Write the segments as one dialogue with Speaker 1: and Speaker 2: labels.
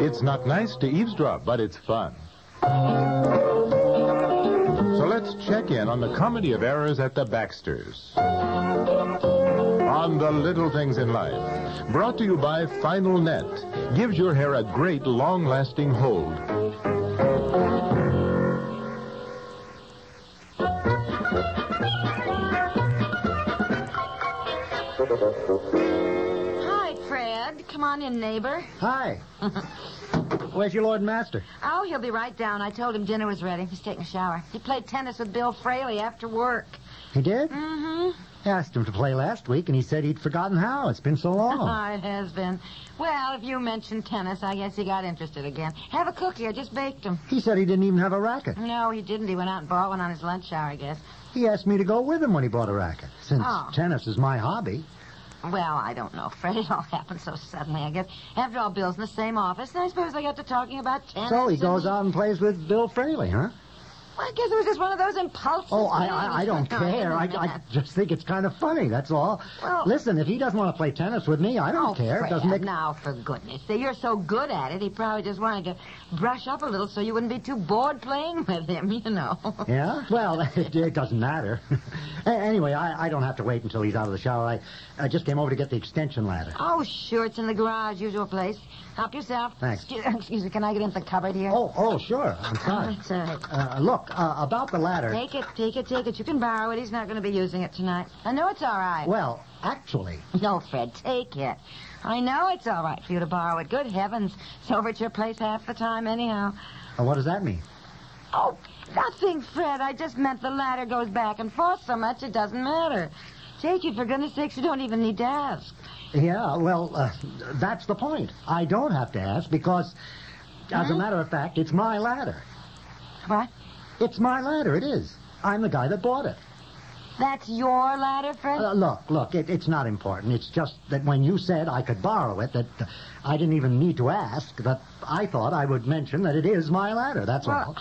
Speaker 1: It's not nice to eavesdrop, but it's fun. So let's check in on the comedy of errors at the Baxters. On the little things in life. Brought to you by Final Net. Gives your hair a great long lasting hold.
Speaker 2: Hi, Fred. Come on in, neighbor.
Speaker 3: Hi. Where's your Lord and Master?
Speaker 2: Oh, he'll be right down. I told him dinner was ready. He's taking a shower. He played tennis with Bill Fraley after work.
Speaker 3: He did?
Speaker 2: Mm-hmm.
Speaker 3: I asked him to play last week, and he said he'd forgotten how. It's been so long.
Speaker 2: it has been. Well, if you mentioned tennis, I guess he got interested again. Have a cookie. I just baked him.
Speaker 3: he said he didn't even have a racket.
Speaker 2: No, he didn't. He went out and bought one on his lunch hour, I guess.
Speaker 3: He asked me to go with him when he bought a racket, since
Speaker 2: Oh.
Speaker 3: tennis is my hobby.
Speaker 2: Well, I don't know, Fred. It all happened so suddenly, I guess. After all, Bill's in the same office, and I suppose they got to talking about tennis.
Speaker 3: So he
Speaker 2: and-
Speaker 3: goes out and plays with Bill Fraley, huh?
Speaker 2: Well, I guess it was just one of those impulsive
Speaker 3: Oh, I,
Speaker 2: things.
Speaker 3: I, I don't
Speaker 2: No,
Speaker 3: care. I,
Speaker 2: didn't
Speaker 3: I
Speaker 2: matter.
Speaker 3: just think it's kind of funny, that's all.
Speaker 2: Well-
Speaker 3: Listen, if he doesn't want to play tennis with me, I don't
Speaker 2: Oh,
Speaker 3: care. It
Speaker 2: Fred,
Speaker 3: doesn't make...
Speaker 2: now, for goodness sake, you're so good at it, he probably just wanted to brush up a little so you wouldn't be too bored playing with him, you know.
Speaker 3: Yeah? Well, it, it doesn't matter. A- anyway, I, I don't have to wait until he's out of the shower. I, I just came over to get the extension ladder.
Speaker 2: Oh, sure, it's in the garage, usual place. Help yourself.
Speaker 3: Thanks.
Speaker 2: Excuse, excuse me, can I get into the cupboard here?
Speaker 3: Oh, oh, sure. I'm sorry.
Speaker 2: That's all right.
Speaker 3: Uh, look, uh, about the ladder.
Speaker 2: Take it, take it, take it. You can borrow it. He's not going to be using it tonight. I know it's all right.
Speaker 3: Well, actually,
Speaker 2: No, Fred, take it. I know it's all right for you to borrow it. Good heavens. It's over at your place half the time, anyhow.
Speaker 3: uh, what does that mean?
Speaker 2: Oh, nothing, Fred. I just meant the ladder goes back and forth so much it doesn't matter. Take it, for goodness sakes, you don't even need to ask.
Speaker 3: Yeah, well, uh, that's the point. I don't have to ask because, as a matter of fact, it's my ladder.
Speaker 2: What?
Speaker 3: It's my ladder. It is. I'm the guy that bought it.
Speaker 2: That's your ladder, Fred?
Speaker 3: Uh, look, look, it, it's not important. It's just that when you said I could borrow it, that uh, I didn't even need to ask, that I thought I would mention that it is my ladder. That's
Speaker 2: Well-
Speaker 3: all.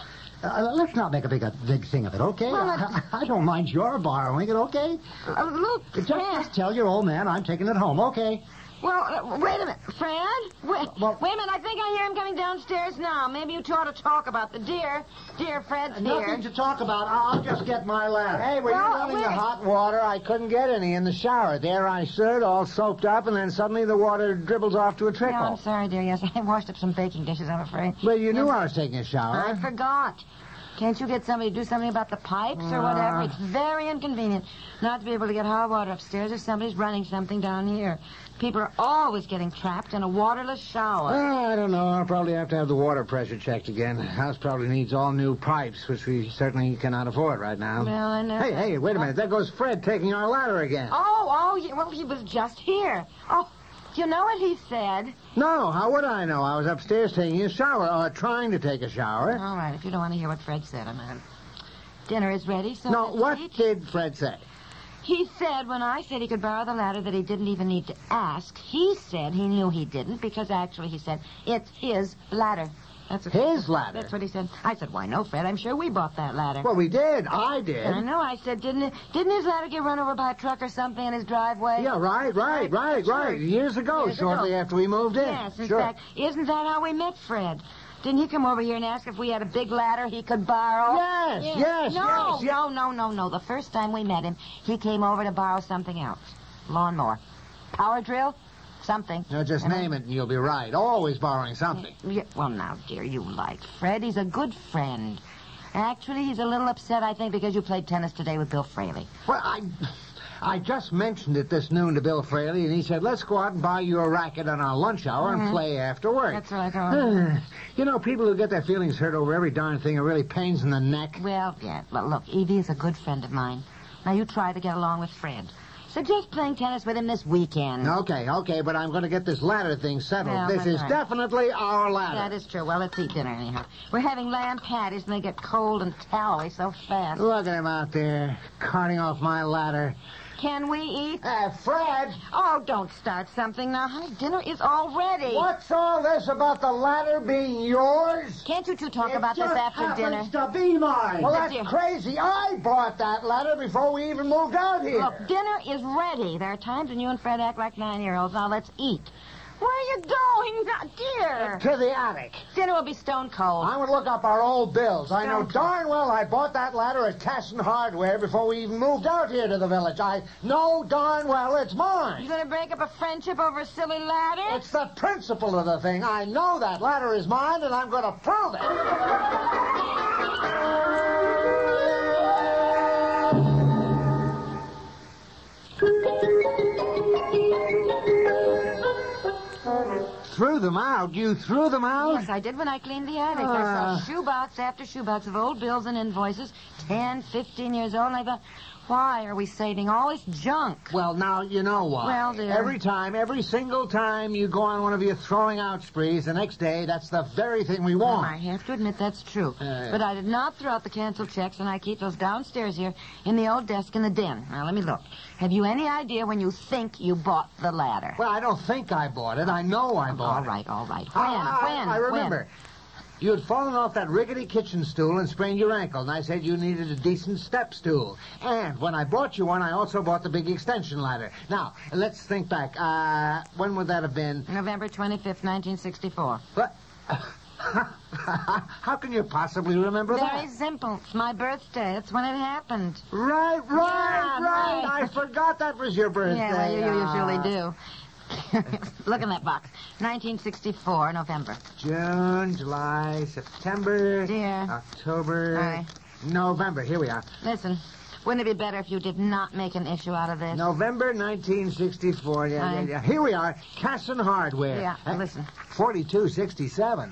Speaker 3: Uh, let's not make a big, a big thing of it, okay?
Speaker 2: Well,
Speaker 3: I,
Speaker 2: it-
Speaker 3: I don't mind your borrowing it, okay?
Speaker 2: Uh, look,
Speaker 3: Just,
Speaker 2: Fred.
Speaker 3: just tell your old man I'm taking it home, okay?
Speaker 2: Well, uh, wait a minute. Fred? Wait,
Speaker 3: Uh, Well-
Speaker 2: wait a minute. I think I hear him coming downstairs now. Maybe you two ought to talk about the deer. Dear Fred's deer.
Speaker 3: Uh, Nothing to talk about. I- I'll just get my ladder. Hey, were
Speaker 2: you Well, running the wait.
Speaker 3: hot water? I couldn't get any in the shower. There I stood, all soaped up, and then suddenly the water dribbles off to a
Speaker 2: No, I'm sorry, dear. Yes, I washed up some baking dishes, I'm afraid.
Speaker 3: Well, you knew I was taking a shower.
Speaker 4: Oh.
Speaker 2: I forgot. Can't you get somebody to do something about the pipes or whatever?
Speaker 3: Ah.
Speaker 2: It's very inconvenient not to be able to get hot water upstairs if somebody's running something down here. People are always getting trapped in a waterless shower.
Speaker 4: Well, I don't know. I'll probably have to have the water pressure checked again. The house probably needs all new pipes, which we certainly cannot afford right now.
Speaker 2: well, I
Speaker 3: uh,
Speaker 2: know.
Speaker 4: Ah. Hey, hey, wait a minute. There goes Fred taking our ladder again.
Speaker 2: Oh, oh, yeah, well, he was just here. Oh, do you know what he said?
Speaker 4: No, how would I know? I was upstairs taking a shower, or trying to take a shower.
Speaker 2: All right, if you don't want to hear what Fred said, I'm out. Dinner is ready, so.
Speaker 4: No,
Speaker 2: let's
Speaker 4: what
Speaker 2: eat.
Speaker 4: did Fred say?
Speaker 2: He said when I said he could borrow the ladder that he didn't even need to ask, he said he knew he didn't because actually he said it's his ladder. That's what
Speaker 4: His ladder?
Speaker 2: That's what he said. I said, "Why no, Fred? I'm sure we bought that ladder."
Speaker 4: Well, we did. I did.
Speaker 2: I know. I said, "Didn't it, didn't his ladder get run over by a truck or something in his driveway?"
Speaker 4: Yeah, right, right, right,
Speaker 2: Sure.
Speaker 4: right. Years ago,
Speaker 2: Years
Speaker 4: shortly
Speaker 2: ago.
Speaker 4: after we moved in.
Speaker 2: Yes. In
Speaker 4: sure.
Speaker 2: fact, isn't that how we met Fred? Didn't he come over here and ask if we had a big ladder he could borrow?
Speaker 4: Yes, yes,
Speaker 2: no,
Speaker 4: yes, yes.
Speaker 2: No, no, no, no. The first time we met him, he came over to borrow something else. Lawnmower. Power drill? Something.
Speaker 4: Now, just
Speaker 2: And I-
Speaker 4: name it and you'll be right. Always borrowing something.
Speaker 2: Yeah, well, now, dear, you like Fred. He's a good friend. Actually, he's a little upset, I think, because you played tennis today with Bill Fraley.
Speaker 4: Well, I, I just mentioned it this noon to Bill Fraley, and he said, let's go out and buy you a racket on our lunch hour and play after work.
Speaker 2: Mm-hmm. That's what I thought.
Speaker 4: Uh, you know, people who get their feelings hurt over every darn thing are really pains in the neck.
Speaker 2: well, yeah. Well, look, Evie is a good friend of mine. Now, you try to get along with Fred. Suggest playing tennis with him this weekend.
Speaker 4: Okay, okay, but I'm going to get this ladder thing settled.
Speaker 2: Mm. Well,
Speaker 4: this
Speaker 2: that's
Speaker 4: is
Speaker 2: all right.
Speaker 4: definitely our
Speaker 2: That
Speaker 4: ladder.
Speaker 2: is true. Well, let's eat dinner anyhow. We're having lamb patties, and they get cold and tallowy so fast.
Speaker 4: Look at him out there, carting off my ladder.
Speaker 2: Can we eat?
Speaker 4: Uh, Fred,
Speaker 2: Oh, don't start something now, honey. Dinner is all ready.
Speaker 4: what's all this about the ladder being yours?
Speaker 2: Can't you two talk
Speaker 3: It
Speaker 2: about this
Speaker 3: just
Speaker 2: after dinner?
Speaker 3: happens to be mine.
Speaker 2: But
Speaker 4: Well, that's
Speaker 2: dear-
Speaker 4: crazy. I bought that ladder before we even moved out here.
Speaker 2: Oh. Look, dinner is ready. There are times when you and Fred act like nine-year-olds. Now let's eat. Where are you going, now, dear?
Speaker 4: To the attic.
Speaker 2: Dinner will be stone cold.
Speaker 4: I would look up our old bills. I know
Speaker 2: Okay.
Speaker 4: darn well I bought that ladder at Cash and Hardware before we even moved out here to the village. I know darn well it's
Speaker 2: You
Speaker 4: mine.
Speaker 2: gonna break up a friendship over a silly ladder?
Speaker 4: It's the principle of the thing. I know that ladder is mine, and I'm going to prove it. Threw them out? You threw them out?
Speaker 2: Yes, I did when I cleaned the attic. I
Speaker 4: Ah.
Speaker 2: saw shoebox after shoebox of old bills and invoices, 10, 15 years old, and I thought, why are we saving all this junk?
Speaker 4: Well, now, you know why.
Speaker 2: Well, dear.
Speaker 4: Every time, every single time you go on one of your throwing out sprees, the next day, that's the very thing we
Speaker 2: Well,
Speaker 4: want.
Speaker 2: I have to admit that's true.
Speaker 4: yeah.
Speaker 2: But I did not throw out the canceled checks, and I keep those downstairs here in the old desk in the den. Now, let me look. Have you any idea when you think you bought the ladder?
Speaker 4: Well, I don't think I bought it. I know I bought
Speaker 2: all
Speaker 4: it.
Speaker 2: right, all right. When?
Speaker 4: I, I-
Speaker 2: when?
Speaker 4: I remember.
Speaker 2: When?
Speaker 4: You had fallen off that rickety kitchen stool and sprained your ankle, and I said you needed a decent step stool. And when I bought you one, I also bought the big extension ladder. Now, let's think back. Uh, when would that have been?
Speaker 2: November 25th, 1964.
Speaker 4: What? How can you possibly remember that?
Speaker 2: Very simple. It's my birthday. That's when it happened.
Speaker 4: Right, right,
Speaker 2: Yeah,
Speaker 4: right.
Speaker 2: right.
Speaker 4: I forgot that was your birthday.
Speaker 2: Yeah, well, you,
Speaker 4: Ah,
Speaker 2: you usually do. Look in that box. 1964, November.
Speaker 4: June, July, September,
Speaker 2: Dear.
Speaker 4: October,
Speaker 2: Aye.
Speaker 4: November. Here we are.
Speaker 2: Listen, wouldn't it be better if you did not make an issue out of this?
Speaker 4: November 1964. Yeah,
Speaker 2: Aye.
Speaker 4: yeah, yeah. Here we are. Casson Hardware.
Speaker 2: Yeah,
Speaker 4: Eh,
Speaker 2: listen.
Speaker 4: 4267.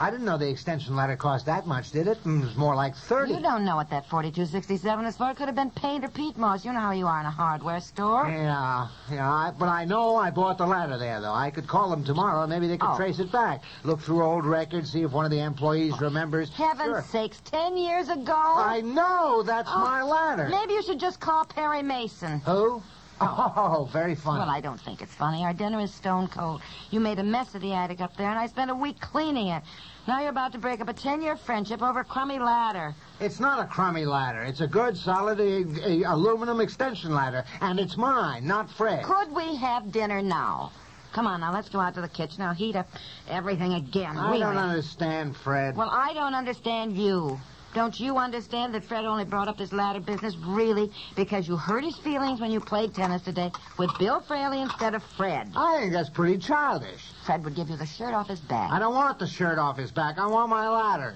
Speaker 4: I didn't know the extension ladder cost that much, did it? Mm, It was more like 30.
Speaker 2: You don't know what that 4267 is for. It could have been paint or peat moss. You know how you are in a hardware store.
Speaker 4: Yeah, yeah, I, but I know I bought the ladder there, though. I could call them tomorrow, and maybe they could
Speaker 2: Oh.
Speaker 4: trace it back. Look through old records, see if one of the employees remembers.
Speaker 2: Heaven's
Speaker 4: Sure.
Speaker 2: sakes, ten years ago?
Speaker 4: I know that's
Speaker 2: Oh.
Speaker 4: my ladder.
Speaker 2: Maybe you should just call Perry Mason.
Speaker 4: Who? Oh, very funny.
Speaker 2: Well, I don't think it's funny. Our dinner is stone cold. You made a mess of the attic up there, and I spent a week cleaning it. Now you're about to break up a ten-year friendship over a crummy ladder.
Speaker 4: It's not a crummy ladder. It's a good, solid uh, uh, aluminum extension ladder, and it's mine, not Fred.
Speaker 2: Could we have dinner now? Come on, now let's go out to the kitchen. I'll heat up everything again.
Speaker 4: I
Speaker 2: really.
Speaker 4: don't understand, Fred.
Speaker 2: Well, I don't understand you. Don't you understand that Fred only brought up this ladder business really because you hurt his feelings when you played tennis today with Bill Fraley instead of Fred?
Speaker 4: I think that's pretty childish.
Speaker 2: Fred would give you the shirt off his back.
Speaker 4: I don't want the shirt off his back. I want my ladder.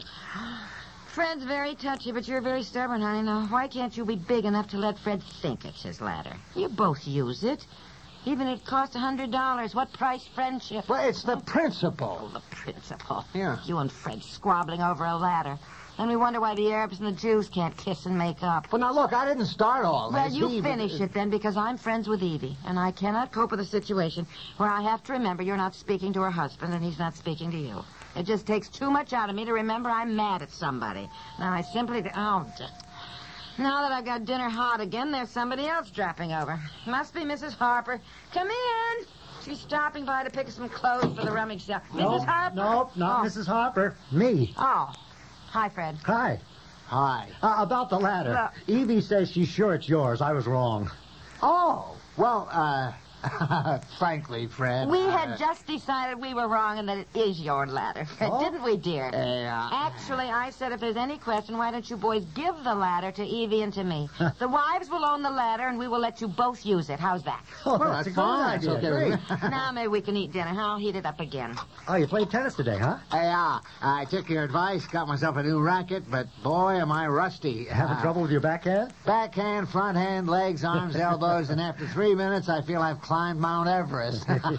Speaker 2: Fred's very touchy, but you're very stubborn, honey. Now, why can't you be big enough to let Fred think it's his ladder? You both use it. Even if it costs a hundred dollars, what price friendship?
Speaker 4: Well, it's the principle.
Speaker 2: The principle.
Speaker 4: Yeah.
Speaker 2: You and Fred squabbling over a ladder. Then we wonder why the Arabs and the Jews can't kiss and make up.
Speaker 4: Well, now look, I didn't start all
Speaker 2: Well,
Speaker 4: this.
Speaker 2: you
Speaker 4: He-
Speaker 2: finish it then, because I'm friends with Evie, and I cannot cope with a situation where I have to remember you're not speaking to her husband and he's not speaking to you. It just takes too much out of me to remember I'm mad at somebody. Now I simply oh. d- Now that I've got dinner hot again, there's somebody else dropping over. Must be Mrs. Harper. Come in. She's stopping by to pick up some clothes for the rummage sale. Mrs. Harper.
Speaker 3: Nope, not
Speaker 2: oh.
Speaker 3: Mrs. Harper. Me.
Speaker 2: Oh, hi, Fred.
Speaker 3: Hi.
Speaker 4: Hi.
Speaker 3: Uh, about the ladder. Evie says she's sure it's yours. I was wrong.
Speaker 4: Oh, well, uh, frankly, Fred. uh,
Speaker 2: We
Speaker 4: I-
Speaker 2: had just decided we were wrong and that it is your ladder, Fred,
Speaker 4: Oh.
Speaker 2: didn't we, dear?
Speaker 4: Yeah.
Speaker 2: Actually, I said if there's any question, why don't you boys give the ladder to Evie and to me? the wives will own the ladder, and we will let you both use it. How's that?
Speaker 3: Oh,
Speaker 4: Well,
Speaker 3: that's
Speaker 4: that's
Speaker 3: a good
Speaker 4: fine.
Speaker 3: idea.
Speaker 4: Okay.
Speaker 3: Great.
Speaker 2: now maybe we can eat dinner. I'll heat it up again.
Speaker 3: Oh, you played tennis today, huh?
Speaker 4: Hey, uh, I took your advice, got myself a new racket, but boy, am I rusty.
Speaker 3: Having
Speaker 4: Uh,
Speaker 3: trouble with your backhand?
Speaker 4: Backhand, front hand, legs, arms, elbows, and after three minutes, I feel I've climbed Mount Everest.
Speaker 3: yeah,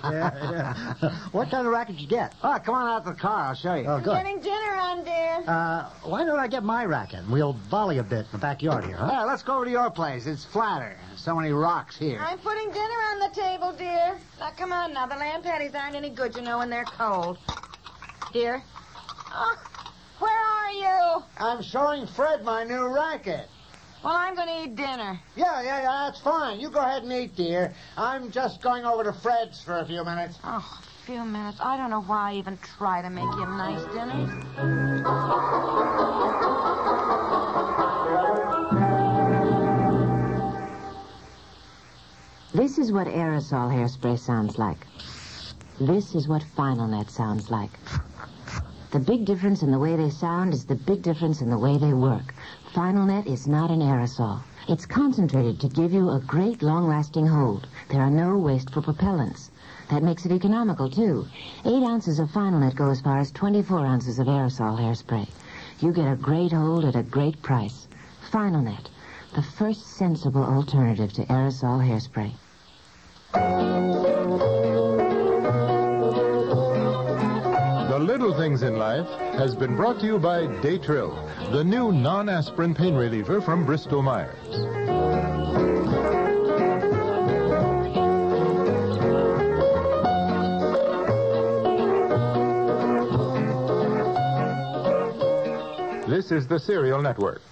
Speaker 3: yeah. what kind of racket you get?
Speaker 4: oh, come on out to the car. I'll show you.
Speaker 3: Oh, good.
Speaker 2: Getting dinner on, dear.
Speaker 3: Uh, why don't I get my racket? We'll volley a bit in the backyard here, huh?
Speaker 4: Yeah, let's go over to your place. It's flatter. So many rocks here.
Speaker 2: I'm putting dinner on the table, dear. Now, come on now. The lamb patties aren't any good, you know, when they're cold. Dear? Oh, where are you?
Speaker 4: I'm showing Fred my new racket.
Speaker 2: Well, I'm going to eat dinner.
Speaker 4: Yeah, yeah, yeah, that's fine. You go ahead and eat, dear. I'm just going over to Fred's for a few minutes.
Speaker 2: Oh, a few minutes. I don't know why I even try to make you a nice dinner. This is what aerosol hairspray sounds like. This is what Final Net sounds like. The big difference in the way they sound is the big difference in the way they work. Final Net is not an aerosol. It's concentrated to give you a great long lasting hold. There are no wasteful propellants. That makes it economical, too. Eight ounces of Final Net go as far as 24 ounces of aerosol hairspray. You get a great hold at a great price. Final Net, the first sensible alternative to aerosol hairspray.
Speaker 1: The Little Things in Life has been brought to you by Daytrill, the new non aspirin pain reliever from Bristol Myers. This is the Serial Network.